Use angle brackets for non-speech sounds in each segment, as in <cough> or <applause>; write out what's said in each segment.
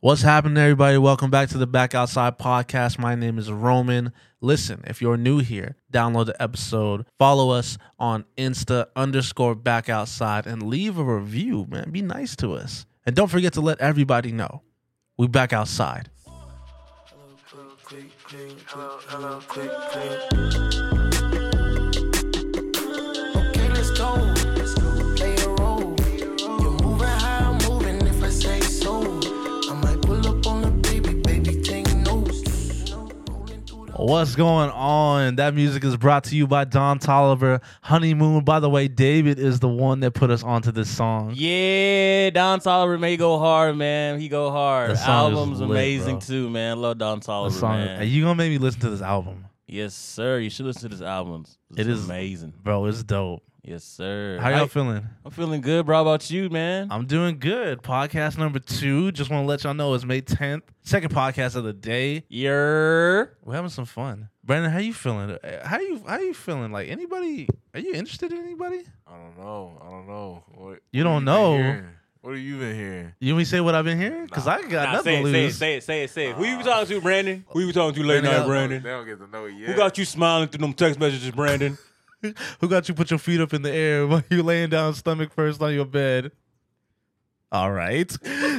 What's happening, everybody? Welcome back to the Back Outside Podcast. My name is Roman. Listen, if you're new here, download the episode, follow us on Insta underscore back outside, and leave a review, man. Be nice to us. And don't forget to let everybody know we back outside. Okay, let's go. Play a role. You're moving how I'm moving if I say so. I might pull up on the baby, baby, take notes. Rolling through the What's going on? That music is brought to you by Don Tolliver. Honeymoon. By the way, David is the one that put us onto this song. Yeah, Don Tolliver may go hard, man. He go hard. That song is Album's lit, amazing bro. too, man. Love Don The Tolliver, song. man. Are you gonna make me listen to this album, yes, sir. You should listen to this album. It's It is- amazing. bro? It's dope. Yes, sir. How y'all I, feeling? am feeling good, bro. How about you, man? I'm doing good. Podcast number two. Just want to let y'all know it's May 10th. Second podcast of the day. Yer. We're having some fun. Brandon, how you feeling? Uh, How you how you feeling? Like anybody? Are you interested in anybody? I don't know. I don't know. What, You what don't been know. hearing? What have you been hearing? You want me to say what I've been hearing? Cause I got Nah, nothing say, to it, say it, lose. say it, say it, say it. Who you talking to, Brandon? Who you talking to late Brandon, night, Brandon? They don't get to know it yet. Who got you smiling through them text messages, Brandon? <laughs> Who got you put your feet up in the air while you laying down stomach first on your bed? All right. <laughs>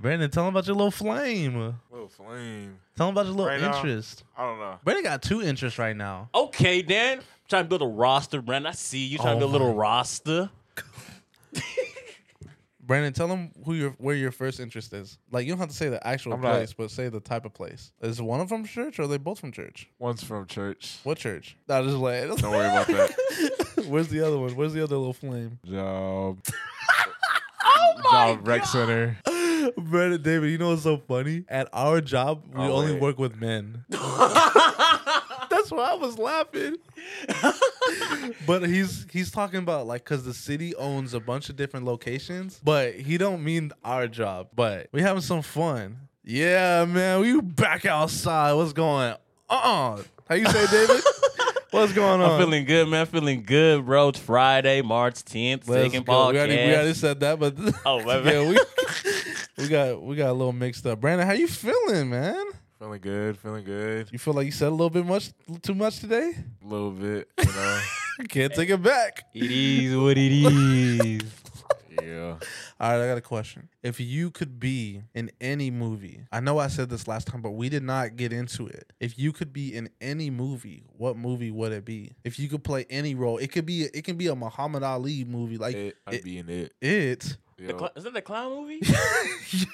Brandon, tell him about your little flame. Little flame. Tell him about your little Right now. interest. I don't know. Brandon got two interests right now. okay, Dan. trying to build a roster, Brandon. I see you trying Oh to build a little my- roster. Brandon, tell them who your where your first interest is. Like you don't have to say the actual I'm not- place, but say the type of place. Is one of them church or are they both from church? One's from church. What church? Nah, just like Don't worry about that. <laughs> Where's the other one? Where's the other little flame? Job. oh my Job rec center. <laughs> Brandon David, you know what's so funny? At our job, we Oh, only wait. work with men. That's why I was laughing. but he's he's talking about like because the city owns a bunch of different locations, but he don't mean our job. But we having some fun. Yeah, man, we back outside. What's going on? Uh-uh. How you say, David? What's going on? I'm feeling good, man. Feeling good, bro. It's Friday, March 10th. Let's Second go. podcast. We already, we already said that, but <laughs> Oh, my yeah, we, <laughs> we got we got a little mixed up. Brandon, how you feeling, man? Feeling good. Feeling good. You feel like you said a little bit much too much today? A little bit. You <laughs> know. Can't take it back. It is what it is. yeah. All right, I got a question. If you could be in any movie, I know I said this last time, but we did not get into it. If you could be in any movie, what movie would it be? If you could play any role, it could be it can be a Muhammad Ali movie, like It, it. <laughs> I be in it. <laughs> The Yo. cl- is that the clown movie? You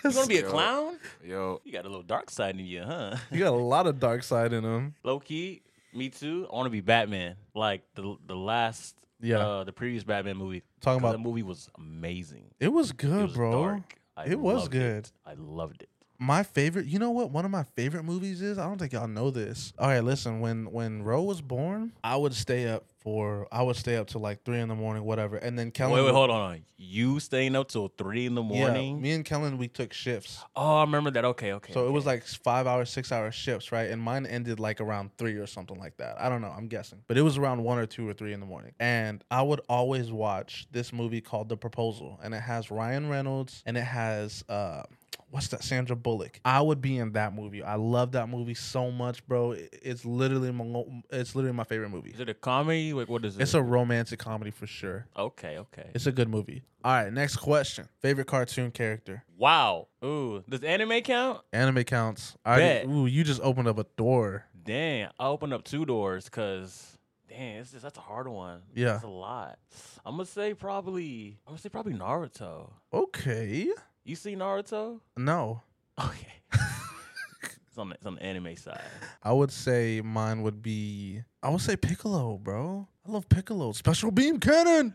yes, gonna be a Yo. clown? Yo. You got a little dark side in you, huh? <laughs> you got a lot of dark side in him. Low key, me too. I want to be Batman, like the the last, Yeah. uh, the previous Batman movie. Talking 'Cause about that movie was amazing. It was good, it was bro. dark. I It was loved good. It. I loved it. My favorite, you know what? One of my favorite movies is. I don't think y'all know this. All right, listen. When when Roe was born, I would stay up for. I would stay up till like three in the morning, whatever. And then Kellen. Wait, wait, hold on. You staying up till three in the Yeah, morning? me and Kellen, we took shifts, Oh, I remember that. Okay, okay. so it was okay. like five hour, six hour shifts, right? And mine ended like around three or something like that. I don't know. I'm guessing, but it was around one or two or three in the morning. And I would always watch this movie called The Proposal, and it has Ryan Reynolds and it has. uh what's that Sandra Bullock? I would be in that movie. I love that movie so much, bro. I- It's literally my, it's literally my favorite movie. Is it a comedy? Like, what is it? It's a romantic comedy for sure. okay, okay. It's a good movie. All right, next question. Favorite cartoon character? Wow. Ooh, does anime count? Anime counts. I already- Bet. ooh, you just opened up a door. Damn, I opened up two doors because damn, it's just, that's a hard one. Yeah. that's a lot. I'm gonna say probably. I'm gonna say probably Naruto. Okay. You see Naruto? No, Okay. <laughs> it's on the, it's on the anime side. I would say mine would be. I would say Piccolo, bro. I love Piccolo. Special beam <laughs> cannon.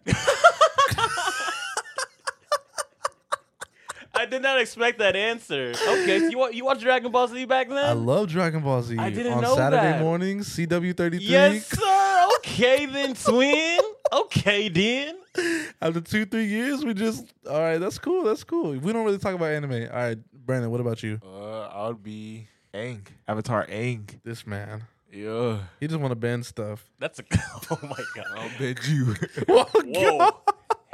I did not expect that answer. Okay, so you wa- you watch Dragon Ball Z back then? I love Dragon Ball Z. I didn't on know Saturday that. mornings, CW thirty three. yes, sir. Okay then, twin. Okay then. <laughs> After two, three years, we just all right. That's cool. That's cool. We don't really talk about anime. All right, Brandon, what about you? Uh, I would be Aang. Avatar Aang. This man, Yeah. he just want to bend stuff. That's a. <laughs> Oh my god. bet you. <laughs> Whoa, Whoa.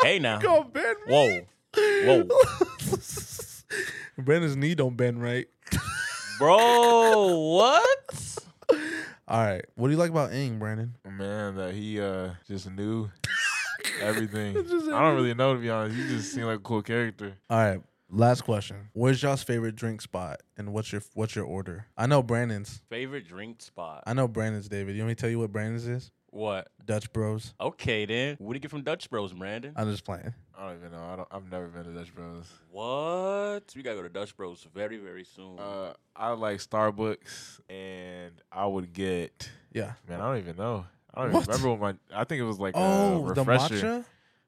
Hey now. go bend me. Whoa. Whoa, <laughs> Brandon's knee don't bend right. bro, what? All right. What do you like about Ing, Brandon? Man, that he uh just <laughs> knew everything. I don't really know to be honest. He just seemed like a cool character. All right. Last question. Where's y'all's favorite drink spot and what's your what's your order? I know Brandon's. Favorite drink spot? I know Brandon's, David. You want me to tell you what Brandon's is? What? Dutch Bros. Okay then. What do you get from Dutch Bros, Brandon? I'm just playing. I don't even know. I don't. I've never been to Dutch Bros. what? We gotta go to Dutch Bros very very soon. Uh, I like Starbucks, and I would get. Yeah. Man, I don't even know. I don't What? even remember what my. I think it was like Oh, a the Uh, refresher. matcha?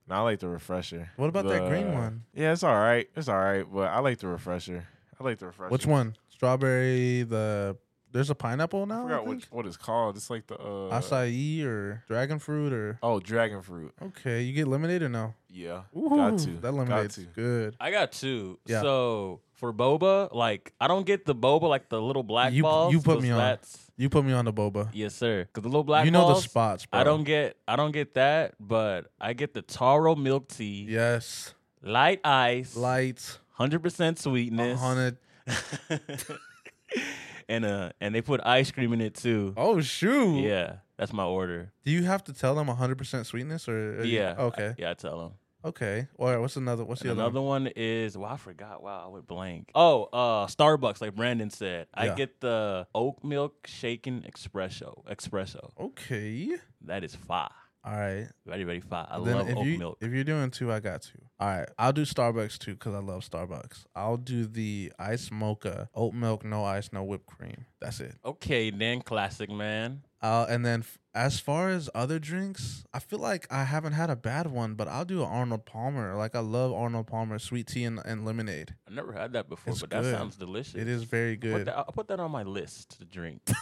No, I like the refresher. What about that green The- one? Yeah, it's all right. It's all right, but I like the refresher. I like the refresher. Which one? Strawberry, the there's a pineapple I now? I forgot think? what, what it's called. It's like the uh, Acai or dragon fruit or Oh, dragon fruit. okay, you get lemonade or no? Yeah, Ooh, got to. That got lemonade's to. good. I got two. Yeah. So for boba, like I don't get the boba like the little black You- balls. you put 'cause me on. That's, You put me on the boba. yes, sir. Because the little black you know balls, the spots, bro. I don't get. I don't get that, but I get the Taro milk tea, Yes. light ice, Lights. hundred percent sweetness, Haunted. <laughs> and uh, and they put ice cream in it too. Oh shoot. Yeah, that's my order. Do you have to tell them 100% sweetness or? or you- Yeah. okay. Yeah, I tell them. Okay. All right. What's another? What's the And other? another One? one is well, I forgot. Wow, I went blank. Oh, uh, Starbucks, like Brandon said, Yeah. I get the oat milk shaken espresso. Espresso, Okay. that is fire. All right. Very, very fire. I then love if oat you milk. if you're doing two, I got two. All right. I'll do Starbucks too because I love Starbucks. I'll do the ice mocha, oat milk, no ice, no whipped cream. That's it. okay, then classic man. Uh, and then f- as far as other drinks, I feel like I haven't had a bad one, but I'll do an Arnold Palmer. Like I love Arnold Palmer sweet tea and, and lemonade. I never had that before, It's but good. that sounds delicious. It is very Put good. that, I'll put that on my list to drink. <laughs> <laughs>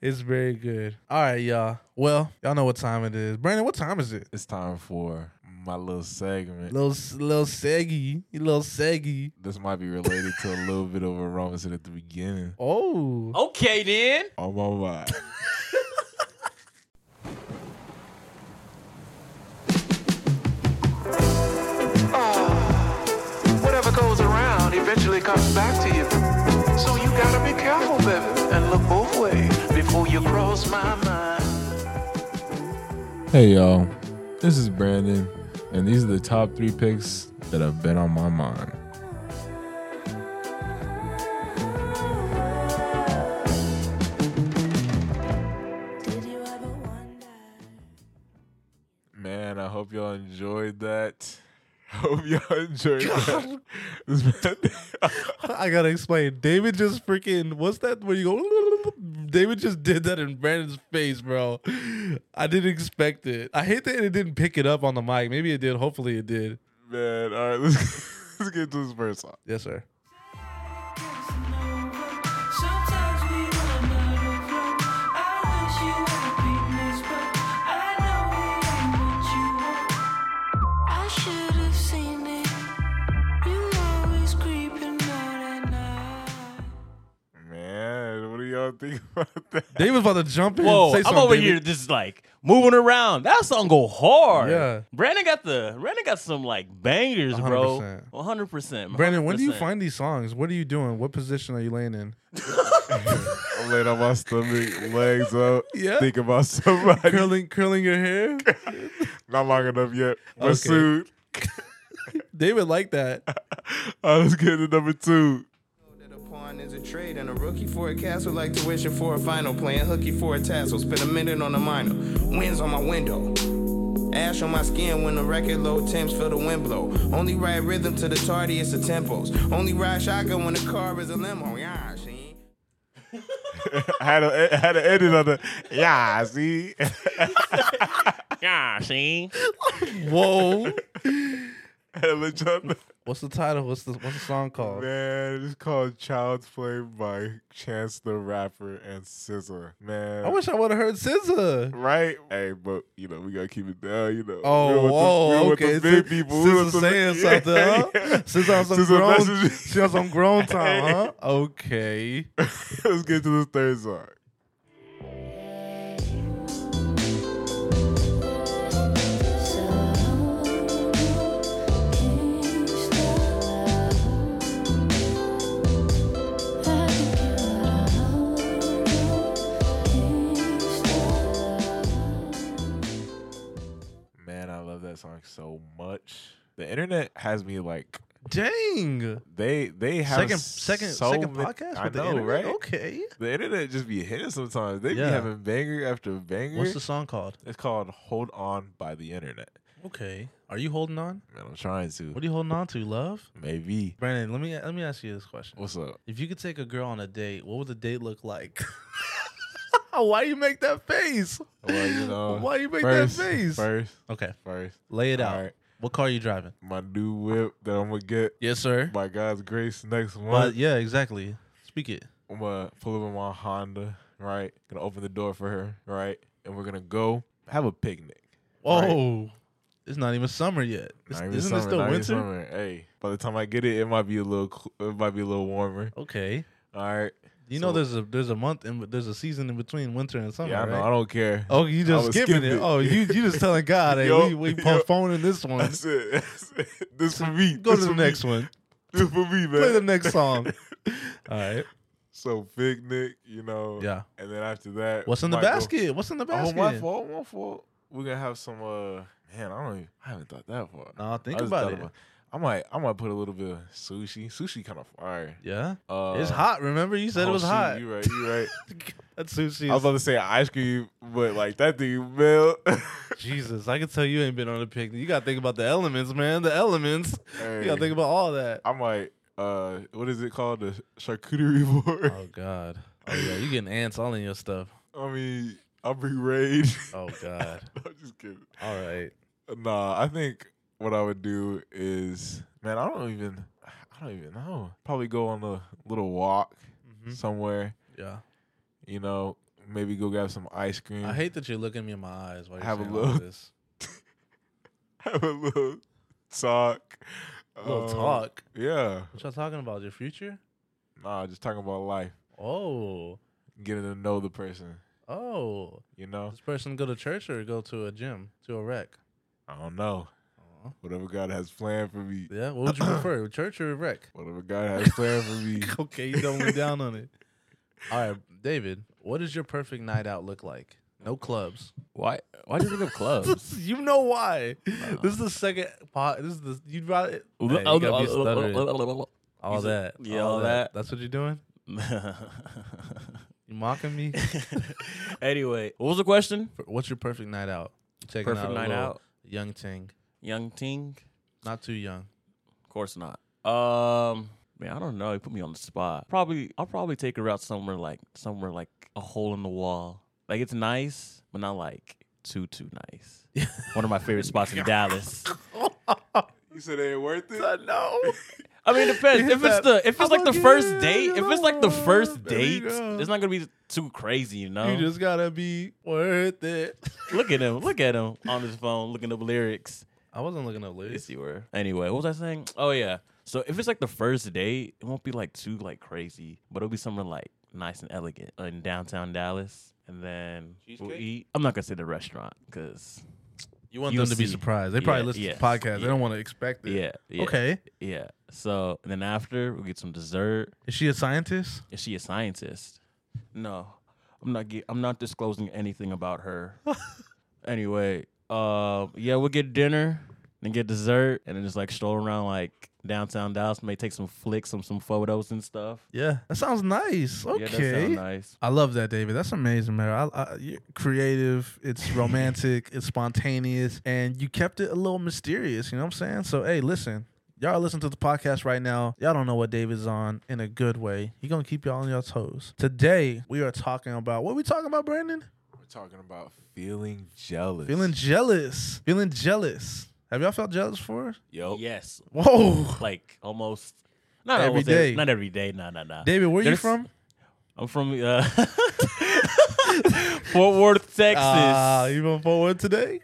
It's very good. All right, y'all. Well, y'all know what time it is. Brandon, what time is it? It's time for my little segment. Little s- little seggy, You little seggy. This might be related to a little bit of what Roman said at the beginning. Oh, okay, then. On my mind. Whatever goes around eventually comes back to you. So you gotta be careful, baby, and look both ways before you cross my mind. Hey y'all, this is Brandon, and these are the top three picks that have been on my mind. Did you ever wonder? Man, I hope y'all enjoyed that. <laughs> Hope y'all enjoyed that. This man- <laughs> I gotta explain. David just freaking. What's that? Where you go? <laughs> David just did that in Brandon's face, bro. I didn't expect it. I hate that it didn't pick it up on the mic. Maybe it did. Hopefully it did. man, all right, <laughs> let's, let's get to this first song. Yes, sir. Sometimes we run out of love. I wish you would beat this, but I know it ain't what you want. I should have seen it. You know it's creeping out at night. Man, what do y'all think <laughs> about that? David's about to jump in. <laughs> Whoa, Say I'm something, over David. here just like moving around. That song go hard. Yeah. Brandon got the Brandon got some like bangers, bro. 100%. 100. percent Brandon, when do you find these songs? What are you doing? What position are you laying <laughs> in? I'm laying on my stomach, legs up, Yeah. thinking about somebody. curling, curling your hair. <laughs> Not long enough yet, but Okay. soon. <laughs> David like that. All right, let's get to number two. That a pawn is a trade and a rookie for a castle, like tuition for a final, playing hooky for a tassel. Spend a minute on a minor, winds on my window. Ash on my skin when the record low temps feel the wind blow. Only ride rhythm to the tardiest of tempos. Only ride shotgun when the car is a limo. Yeah, she ain't. I had a, I had an edit on the yeah. See, <laughs> Yeah, see. Whoa. I had to let y'all know. What's the title? What's the what's the song called? Man, it's called Child's Play by Chance the Rapper and SZA. Man, I wish I would have heard SZA. right? Hey, but you know we gotta keep it down. You know. Oh, we don't whoa, want the- we don't want the okay. big Sis- people. We SZA want the- saying something, <laughs> huh? SZA on some SZA grown, messaged me. she on some grown time, <laughs> huh? Okay. Let's get to this third song. So, so much. The internet has me like Dang. they they have Second, second, so second many- podcast. I with the know, internet? right? Okay. The internet just be hitting sometimes. They Yeah. be having banger after banger. What's the song called? it's called "Hold On" by the Internet. Okay. Are you holding on? Man, I'm trying to. What are you holding on to, love? Maybe. Brandon, let me let me ask you this question. What's up? If you could take a girl on a date, what would the date look like? <laughs> Why you make that face? Well, you know, Why you make first, that face? First, Okay, first, lay it All out. right. What car are you driving? my new whip that I'm gonna get Yes, sir. by God's grace next But month. yeah, exactly. Speak it. I'm gonna pull up in my Honda, right? Gonna open the door for her, right? And we're gonna go have a picnic. Whoa. Right. It's not even summer yet. It's- Not even isn't it summer, still not even winter? summer. Hey, by the time I get it, it might be a little, coo- it might be a little warmer. Okay. All right. You know So- there's a there's a month and there's a season in between winter and summer, yeah, I know. right? I don't care. Oh, you just would skipping skip it. it. Oh, you you just telling God, hey, Yo, we, we yo. postponing this one. <laughs> That's it. That's it. This for me. Go to This the for me. next one. This for me, man. Play the next song. All right. <laughs> So picnic, you know. Yeah. And then after that, What's in the might go- basket? What's in the Oh, basket? my fault. My fault. We're gonna have some. uh Man, I don't. Even, I haven't thought that far. Nah, think I just about thought it. I might. I might put a little bit of sushi. Sushi kind of fire. Yeah. Uh, it's hot. Remember you said it oh, was shoot, hot. You right. <laughs> You right. That sushi. I was Is, about to say ice cream, but like that thing melt. <laughs> Jesus, I can tell you ain't been on a picnic. You gotta think about the elements, man. The elements. You Hey. gotta think about all that. I might. Uh, what is it called? The charcuterie <laughs> board. <laughs> Oh God. Oh yeah, you getting ants all in your stuff. I mean, I'll be rage. <laughs> Oh God. I'm just kidding. All right. Nah, I think what I would do is, man, I don't even, I don't even know. Probably go on a little walk Mm-hmm. somewhere. Yeah. You know, maybe go grab some ice cream. I hate that you're looking me in my eyes while you're Have a saying all look. this. <laughs> have a little talk. Little Um, talk. Yeah. What y'all talking about? Your future? Nah, just talking about life, Oh. getting to know the person. Oh. You know, This person go to church or go to a gym? To a rec? I don't know. Aw. Whatever God has planned for me. Yeah. What <coughs> would you prefer? Church or a rec? Whatever God has planned for me. <laughs> okay, you don't look down on it. All right, David, what does your perfect night out look like? No clubs. Why? Why do you bring <laughs> up clubs? you know why? This is the second pot. This is the you brought it. Hey, you gotta be stuttering. all He's a- that. yeah, all all that. that. That's what you're doing. You mocking <laughs> me? <laughs> anyway, what was the question? What's your perfect night out? You Taking Perfect a night little out? Young ting, Young Ting? not too young. <laughs> Of course not. Um, man, I don't know. You put me on the spot. Probably, I'll probably take her out somewhere like somewhere like a hole in the wall. Like it's nice, but not like too too <laughs> nice. One of my favorite spots in Dallas. you said it ain't worth it. <laughs> No. I mean, it depends. Hit If it's that- the if I'm it's like the like, first yeah, date, you if it's know like the what? first There you date, go. it's not gonna be too crazy, you know. You just gotta be worth it. <laughs> look at him, look at him on his phone, looking up lyrics. I wasn't looking up lyrics. you were. Anyway, what was I saying? Oh yeah. So if it's like the first date, it won't be like too like crazy, but it'll be somewhere like nice and elegant in downtown Dallas, and then we'll eat. I'm not gonna say the restaurant because You want You'll them to be see. surprised. They probably Yeah, listen yes, to the podcast. They yeah. don't want to expect it. yeah, yeah, Okay. yeah. So and then after we'll get some dessert. Is she a scientist? Is she a scientist? No, I'm not. Ge- I'm not disclosing anything about <laughs> her. anyway, uh, yeah, we'll get dinner and get dessert, and then just like stroll around like downtown Dallas. May take some flicks, some some photos and stuff. Yeah, that sounds nice. Okay, Yeah, that sounds nice. I love that, David. That's amazing, man. I, I, you're creative. It's romantic. it's spontaneous, and you kept it a little mysterious. You know what I'm saying? So, hey, listen. Y'all are listening to the podcast right now. Y'all don't know what David's on in a good way. He gonna keep y'all on your toes. Today we are talking about what we talking about, Brandon? We're talking about feeling jealous. Feeling jealous. Feeling jealous. Have y'all felt jealous before? Yo. Yes, Whoa, like almost. Not Every every day. day. Not every day. Nah, nah, nah. David, where you There's- from? I'm from uh, <laughs> Fort Worth, Texas. Ah, you from Fort Worth today?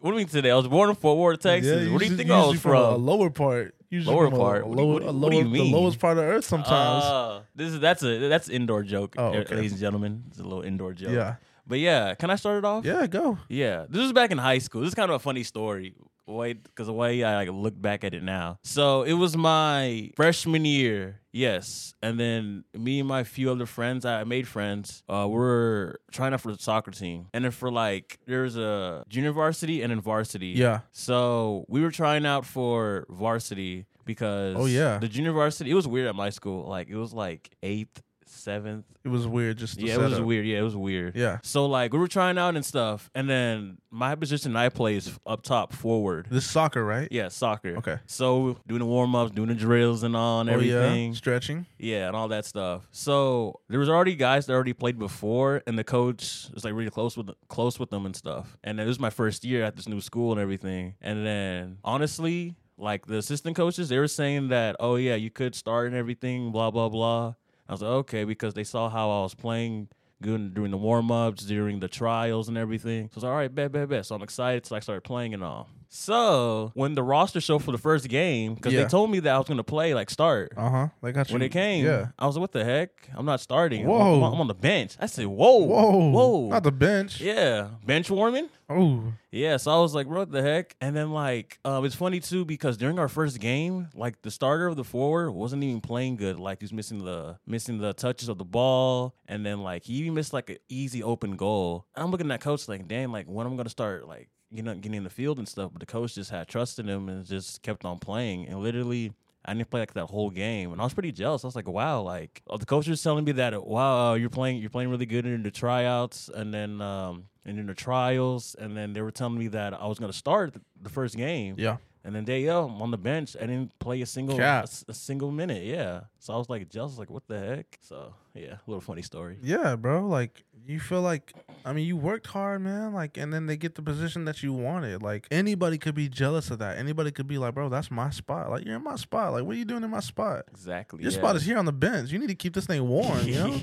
what do you mean today? I was born in Fort Worth, Texas. Yeah, what do you usually- think I usually was from? A from? lower part. Usually Lower from a- part? A What do you- lower, what do a you- lower, what do you The mean? lowest part of Earth sometimes. Ah, this is that's a that's an indoor joke, Oh, eh, okay. ladies and gentlemen. It's a little indoor joke. Yeah. But yeah, can I start it off? yeah, go. Yeah. This was back in high school. This is kind of a funny story. Wait, because the way I like look back at it now. So it was my freshman year, yes. And then me and my few other friends, I made friends, uh, were trying out for the soccer team. And then for like, there's a junior varsity and then varsity. Yeah. So we were trying out for varsity because Oh, yeah. the junior varsity, it was weird at my school. Like, it was like eighth, seventh, It was weird. Just the yeah, it was setup. weird. Yeah, it was weird. Yeah. So like we were trying out and stuff, and then my position I play is up top forward. This is soccer, right? Yeah, soccer. Okay. So doing the warm ups, doing the drills and all and Oh yeah. everything. Stretching. Yeah, and all that stuff. So there was already guys that already played before, and the coach was like really close with close with them and stuff. And it was my first year at this new school and everything. And then honestly, like the assistant coaches, they were saying that, oh yeah, you could start and everything, blah blah blah. I was like, okay, because they saw how I was playing good during the warm ups, during the trials and everything. So I was like, all right, bet, bet, bet. So I'm excited. So I started playing and all. So when the roster showed for the first game, because Yeah. they told me that I was gonna play, like start Uh huh. They got you. when it came, Yeah. I was like, "What the heck? I'm not starting. I'm- Whoa. I'm, on- I'm on the bench." I said, "Whoa, Whoa. whoa, Not the bench. yeah, bench warming." Oh. Yeah, so I was like, "What the heck?" And then like, um, it's funny too because during our first game, like the starter of the forward wasn't even playing good. Like he was missing the missing the touches of the ball, and then like he even missed like an easy open goal. I'm looking at coach like, "Damn, like when I'm gonna start like." You know, getting in the field and stuff, but the coach just had trust in him and just kept on playing. And literally, I didn't play like that whole game, and I was pretty jealous. I was like, "Wow!" Like oh, the coach was telling me that, "Wow, uh, you're playing, you're playing really good in the tryouts, and then um, and in the trials, and then they were telling me that I was gonna start th- the first game, Yeah. and then day oh, I'm on the bench. I didn't play a single a, Cap. s- a single minute, yeah. So I was like jealous, like what the heck? So yeah, a little funny story. Yeah, bro. Like you feel like I mean you worked hard, man. Like and then they get the position that you wanted. Like anybody could be jealous of that. Anybody could be like, bro, that's my spot. Like you're in my spot. Like what are you doing in my spot? Exactly. Your yeah. <laughs> spot is here on the bench. You need to keep this thing warm, you know.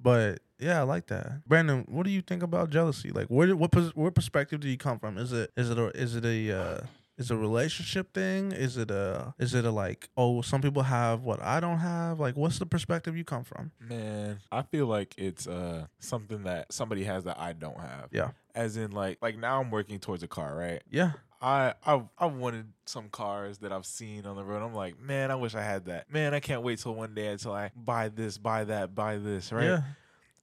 But yeah, I like that. Brandon, what do you think about jealousy? Like, where what pers- what perspective do you come from? Is it is it a is it a uh, is it a relationship thing? Is it a is it a like oh some people have what I don't have? Like, what's the perspective you come from? Man, I feel like it's uh something that somebody has that I don't have. Yeah. As in like like now I'm working towards a car, right? Yeah, I I I wanted some cars that I've seen on the road. I'm like, man, I wish I had that. Man, I can't wait till one day until I buy this, buy that, buy this, right? yeah,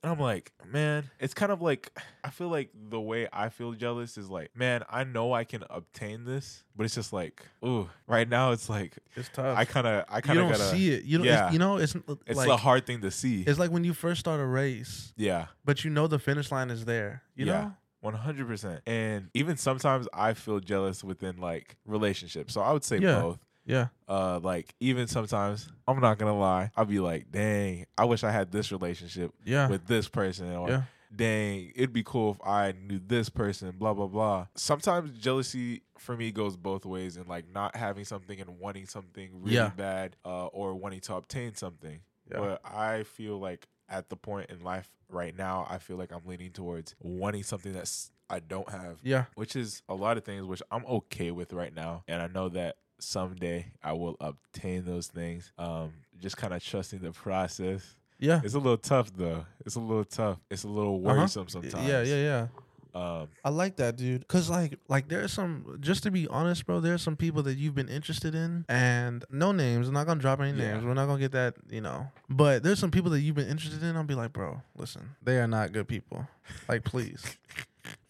And I'm like, man, it's kind of like I feel like the way I feel jealous is like, man, I know I can obtain this, but it's just like, ooh, right now it's like it's tough. I kind of I you kind of don't gotta see it. You don't. yeah. It's, you know, it's It's like a hard thing to see. it's like when you first start a race, yeah. but you know the finish line is there. You know. One hundred percent, and even sometimes I feel jealous within like relationships. So I would say Yeah. both. Yeah. Uh, like even sometimes I'm not gonna lie, I'll be like, dang, I wish I had this relationship Yeah. with this person, or Yeah. dang, it'd be cool if I knew this person, blah blah blah. Sometimes jealousy for me goes both ways, and like not having something and wanting something really Yeah. bad, uh, or wanting to obtain something. Yeah. But I feel like at the point in life right now, I feel like I'm leaning towards wanting something that's I don't have, yeah. which is a lot of things which I'm okay with right now, and I know that someday I will obtain those things. Um, just kind of trusting the process. Yeah. It's a little tough though. It's a little tough. It's a little Uh-huh. worrisome sometimes. Yeah. Yeah. Yeah. Um, I like that, dude. Cause like, like there's some. Just to be honest, bro, there's some people that you've been interested in, and no names. I'm not gonna drop any Yeah. names. We're not gonna get that, you know. But there's some people that you've been interested in. I'll be like, bro, listen, they are not good people. Like, please.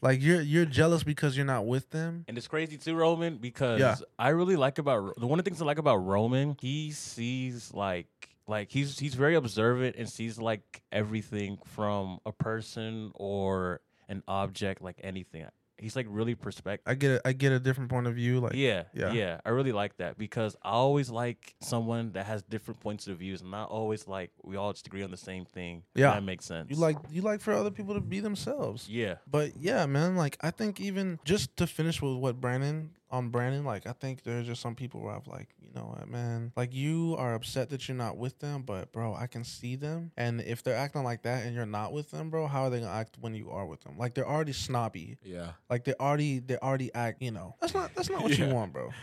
like you're you're jealous because you're not with them. And it's crazy too, Roman, because Yeah. I really like about the one of the things I like about Roman, he sees like like he's he's very observant and sees like everything from a person or an object, like anything. He's like really perspective. I get a, I get a different point of view. Like, yeah, yeah. yeah, I really like that because I always like someone that has different points of views, and not always like we all just agree on the same thing. if Yeah. that makes sense. you like you like for other people to be themselves. yeah, But yeah, man, like I think even just to finish with what Brandon on Brandon, like I think there's just some people where I've like, you know what, man, like you are upset that you're not with them, but bro, I can see them. And if they're acting like that and you're not with them, bro, how are they gonna act when you are with them? Like they're already snobby. yeah. Like they already they already act, you know. That's not that's not what you Yeah. want, bro. <laughs>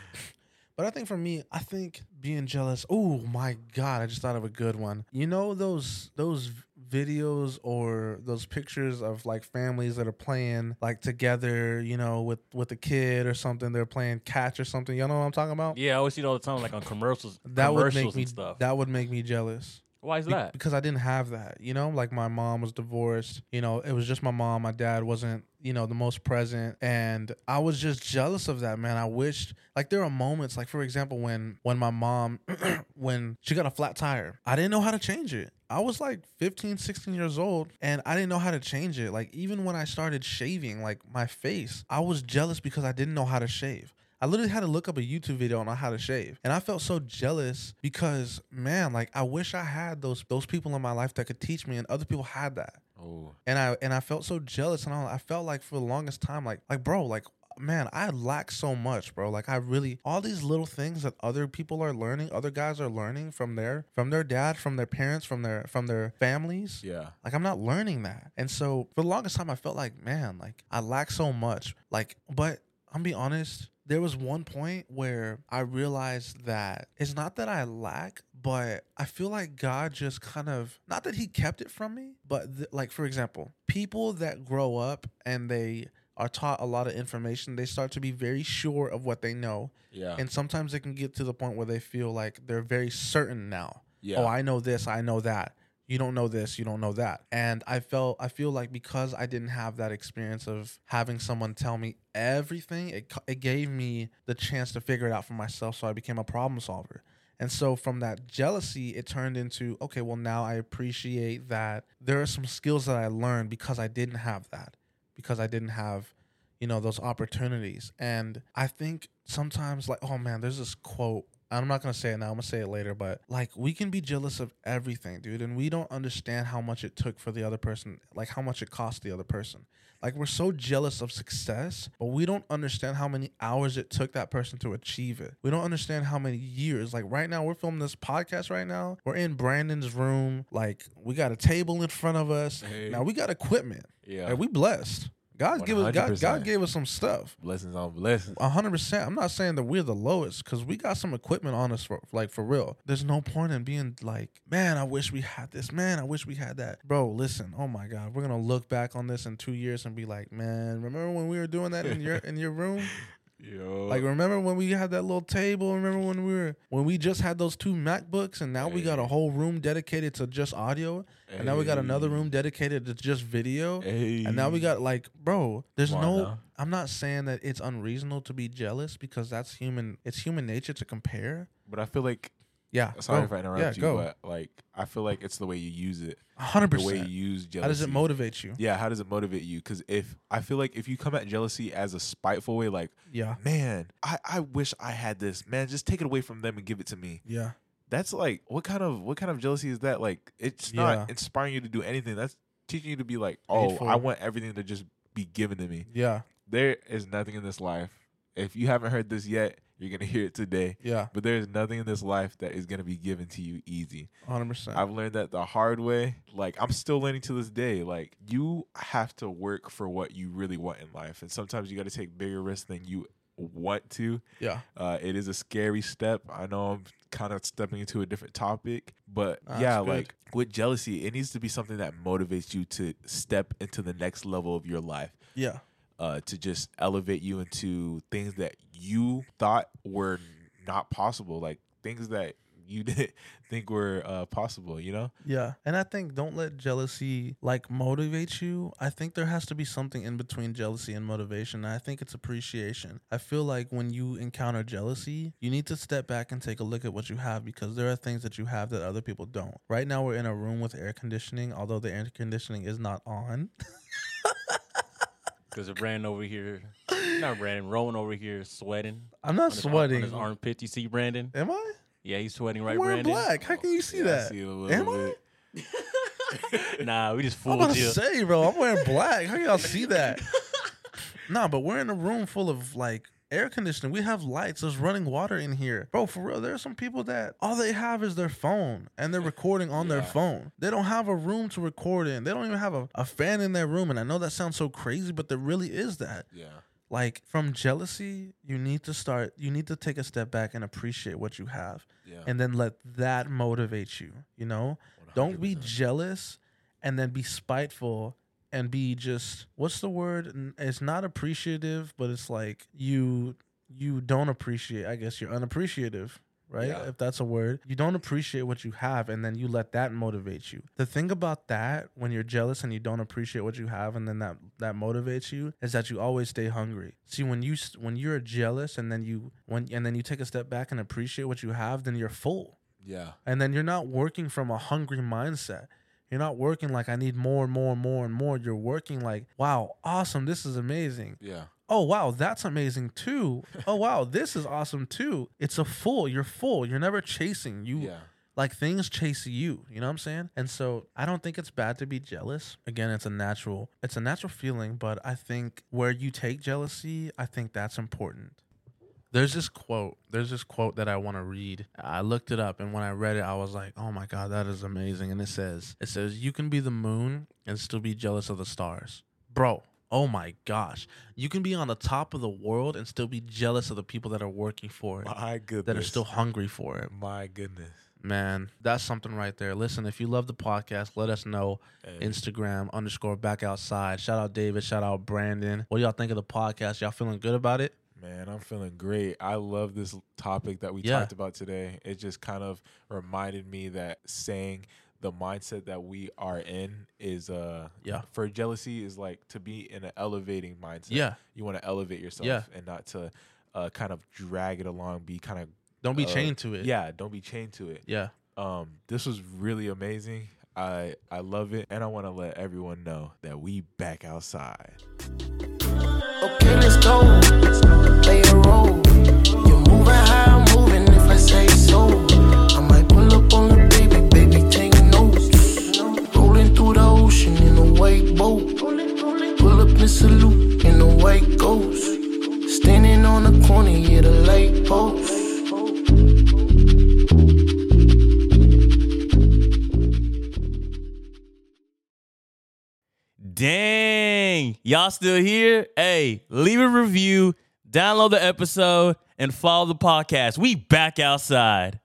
But I think for me, I think being jealous. Oh my god, I just thought of a good one. You know those those videos or those pictures of like families that are playing like together, you know, with with a kid or something. They're playing catch or something. Y'all know what I'm talking about? Yeah, I always see it all the time, like on commercials, That would commercials make me and stuff. that would make me jealous. Why is Be- that? Because I didn't have that, you know. Like my mom was divorced. You know, it was just my mom. My dad wasn't, you know, the most present, and I was just jealous of that, man. I wished, like, there are moments, like for example, when when my mom, <clears throat> when she got a flat tire, I didn't know how to change it. I was like 15, 16 years old and I didn't know how to change it. Like even when I started shaving like my face, I was jealous because I didn't know how to shave. I literally had to look up a YouTube video on how to shave. And I felt so jealous because man, like I wish I had those those people in my life that could teach me and other people had that. Oh, And I and I felt so jealous and all, I felt like for the longest time like like bro, like man, I lack so much, bro. Like I really all these little things that other people are learning, other guys are learning from their from their dad, from their parents, from their from their families. yeah. Like I'm not learning that. And so for the longest time I felt like, man, like I lack so much. Like, but I'm be honest, there was one point where I realized that it's not that I lack, but I feel like God just kind of not that he kept it from me, but th- like for example, people that grow up and they are taught a lot of information, they start to be very sure of what they know. Yeah. And sometimes it can get to the point where they feel like they're very certain now. Yeah. Oh, I know this, I know that. You don't know this, you don't know that. And I felt I feel like because I didn't have that experience of having someone tell me everything, it cu- it gave me the chance to figure it out for myself so I became a problem solver. And so from that jealousy, it turned into okay, well now I appreciate that there are some skills that I learned because I didn't have that. Because I didn't have you know those opportunities and i think sometimes like oh man there's this quote i'm not going to say it now i'm going to say it later but like we can be jealous of everything dude and we don't understand how much it took for the other person like how much it cost the other person like we're so jealous of success but we don't understand how many hours it took that person to achieve it we don't understand how many years like right now we're filming this podcast right now we're in brandon's room like we got a table in front of us now we got equipment Yeah. like, we blessed god give us god, god 100%. gave us some stuff. Blessings on blessings. hundred percent. I'm not saying that we're the lowest because we got some equipment on us for like for real. There's no point in being like, man, I wish we had this. Man, I wish we had that. Bro, listen. Oh my God, we're gonna look back on this in two years and be like, man, remember when we were doing that in your in your room? Yo. Like, remember when we had that little table? Remember when we were when we just had those two MacBooks and now we got a whole room dedicated to just audio, and now we got another room dedicated to just video. And now we got like, bro, there's Come on no. now. I'm not saying that it's unreasonable to be jealous because that's human. It's human nature to compare. But I feel like Yeah. sorry go. if I interrupt yeah, you, go. but like I feel like it's the way you use it, hundred the way percent. you use jealousy. How does it motivate you? Yeah, how does it motivate you? Because if I feel like if you come at jealousy as a spiteful way, like Yeah. man, I I wish I had this. Man, just take it away from them and give it to me. Yeah. That's like what kind of what kind of jealousy is that? Like it's Yeah. not inspiring you to do anything. That's teaching you to be like, oh, Hateful. I want everything to just be given to me. Yeah. There is nothing in this life. If you haven't heard this yet, you're gonna hear it today. Yeah. But there is nothing in this life that is gonna be given to you easy. Hundred percent. I've learned that the hard way. Like I'm still learning to this day. Like you have to work for what you really want in life, and sometimes you got to take bigger risks than you want to. Yeah. Uh, it is a scary step. I know I'm kind of stepping into a different topic, but Nah, yeah, that's good. like with jealousy, it needs to be something that motivates you to step into the next level of your life Yeah. uh, to just elevate you into things that you thought were not possible, like things that you <laughs> didn't think were uh, possible. You know? Yeah. And I think don't let jealousy like motivate you. I think there has to be something in between jealousy and motivation. I think it's appreciation. I feel like when you encounter jealousy, you need to step back and take a look at what you have because there are things that you have that other people don't. Right now, we're in a room with air conditioning, although the air conditioning is not on. <laughs> Because it ran over here, not Brandon, Rowan over here sweating. I'm not on his ar- on sweating. his armpit. You see Brandon? Am I? Yeah, he's sweating I'm right, wearing Brandon. black. How can you see Yeah, I that? see it a little Am I? bit. Nah, we just I'm fooled about to you. say, bro, I'm wearing black. How y'all see that? nah, but we're in a room full of like air conditioning. We have lights. There's running water in here, bro. For real, there are some people that all they have is their phone and they're recording on their phone. They don't have a room to record in. They don't even have a, a fan in their room. And I know that sounds so crazy, but there really is that. Yeah. Like from jealousy, you need to start. You need to take a step back and appreciate what you have Yeah. and then let that motivate you. You know, don't be jealous and then be spiteful and be just what's the word? N- It's not appreciative, but it's like you you don't appreciate. I guess you're unappreciative. Right, if that's a word, you don't appreciate what you have, and then you let that motivate you. The thing about that, when you're jealous and you don't appreciate what you have, and then that that motivates you, is that you always stay hungry. See, when you s- when you're jealous, and then you when and then you take a step back and appreciate what you have, then you're full Yeah. and then you're not working from a hungry mindset. You're not working like I need more and more and more and more. You're working like, wow, awesome, this is amazing. Yeah. Oh wow, that's amazing too. Oh wow, this is awesome too. It's a full. You're full. You're never chasing. You Yeah. like things chase you you know what i'm saying and so i don't think it's bad to be jealous again it's a natural it's a natural feeling but i think where you take jealousy i think that's important there's this quote there's this quote that i want to read i looked it up and when i read it i was like oh my god that is amazing and it says it says you can be the moon and still be jealous of the stars bro oh my gosh you can be on the top of the world and still be jealous of the people that are working for it My goodness. that are still hungry for it My goodness. Man, that's something right there. Listen, if you love the podcast, let us know. Instagram underscore back outside. Shout out David. Shout out Brandon. What do y'all think of the podcast? Y'all feeling good about it? Man, I'm feeling great. I love this l- topic that we Yeah. talked about today. It just kind of reminded me that saying the mindset that we are in is uh Yeah. for jealousy is like to be in an elevating mindset. Yeah. You want to elevate yourself Yeah. and not to uh kind of drag it along, be kind of Don't be Uh, chained to it. yeah, don't be chained to it. Yeah. Um this was really amazing. I I love it and I want to let everyone know that we back outside. Okay, let's go. Play a role. You're moving how I'm moving if I say so. I might pull up on the baby, baby, take notes. Rolling through the ocean in a white boat. Pull up and salute in a white ghost. Standing on the corner, yeah, the light post. Dang. Y'all still here? Hey, leave a review, download the episode, and follow the podcast. We back outside.